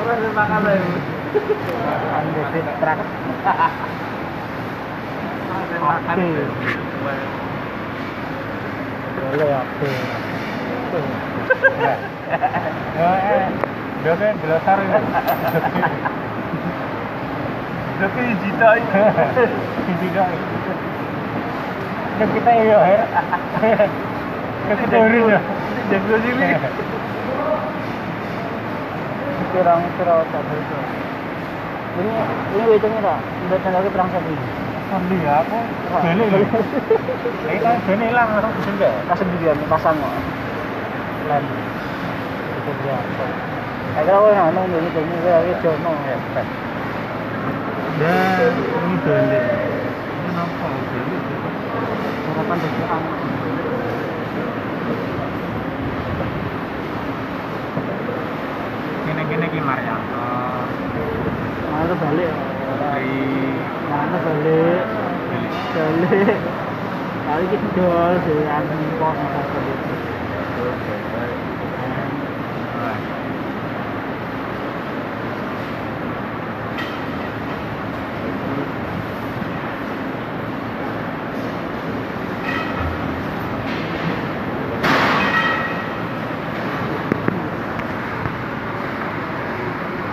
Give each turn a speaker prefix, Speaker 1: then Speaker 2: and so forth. Speaker 1: Orang makan lagi.
Speaker 2: Anda sitrak.
Speaker 1: Makan.
Speaker 2: Oke. Boleh aku. Ya, eh, dia kan gelasar ini.
Speaker 1: Tapi jita
Speaker 2: Ini kan. Ini kita ya, ya. Ini kita urus ya.
Speaker 1: Jago sini.
Speaker 2: Kurang kurang tak begitu. Ini ini wajahnya tak. Udah tanggal perang sapi.
Speaker 1: Sandi
Speaker 2: ya,
Speaker 1: aku.
Speaker 2: Beli. Iya,
Speaker 1: Ini kan sini hilang orang sudah.
Speaker 2: Pas sendirian, pasang kok. Lan. Itu dia. Saya kira orang anu dulu ini saya lagi jono.
Speaker 1: Dan Ya, ini beli. Kenapa beli?
Speaker 2: Harapan dari anak.
Speaker 1: Gini-gini ki Marianto.
Speaker 2: Mana balik?
Speaker 1: Dari
Speaker 2: Mana balik?
Speaker 1: beli.
Speaker 2: Balik. Kali kita jual dari anu kos masa balik.
Speaker 1: Wah.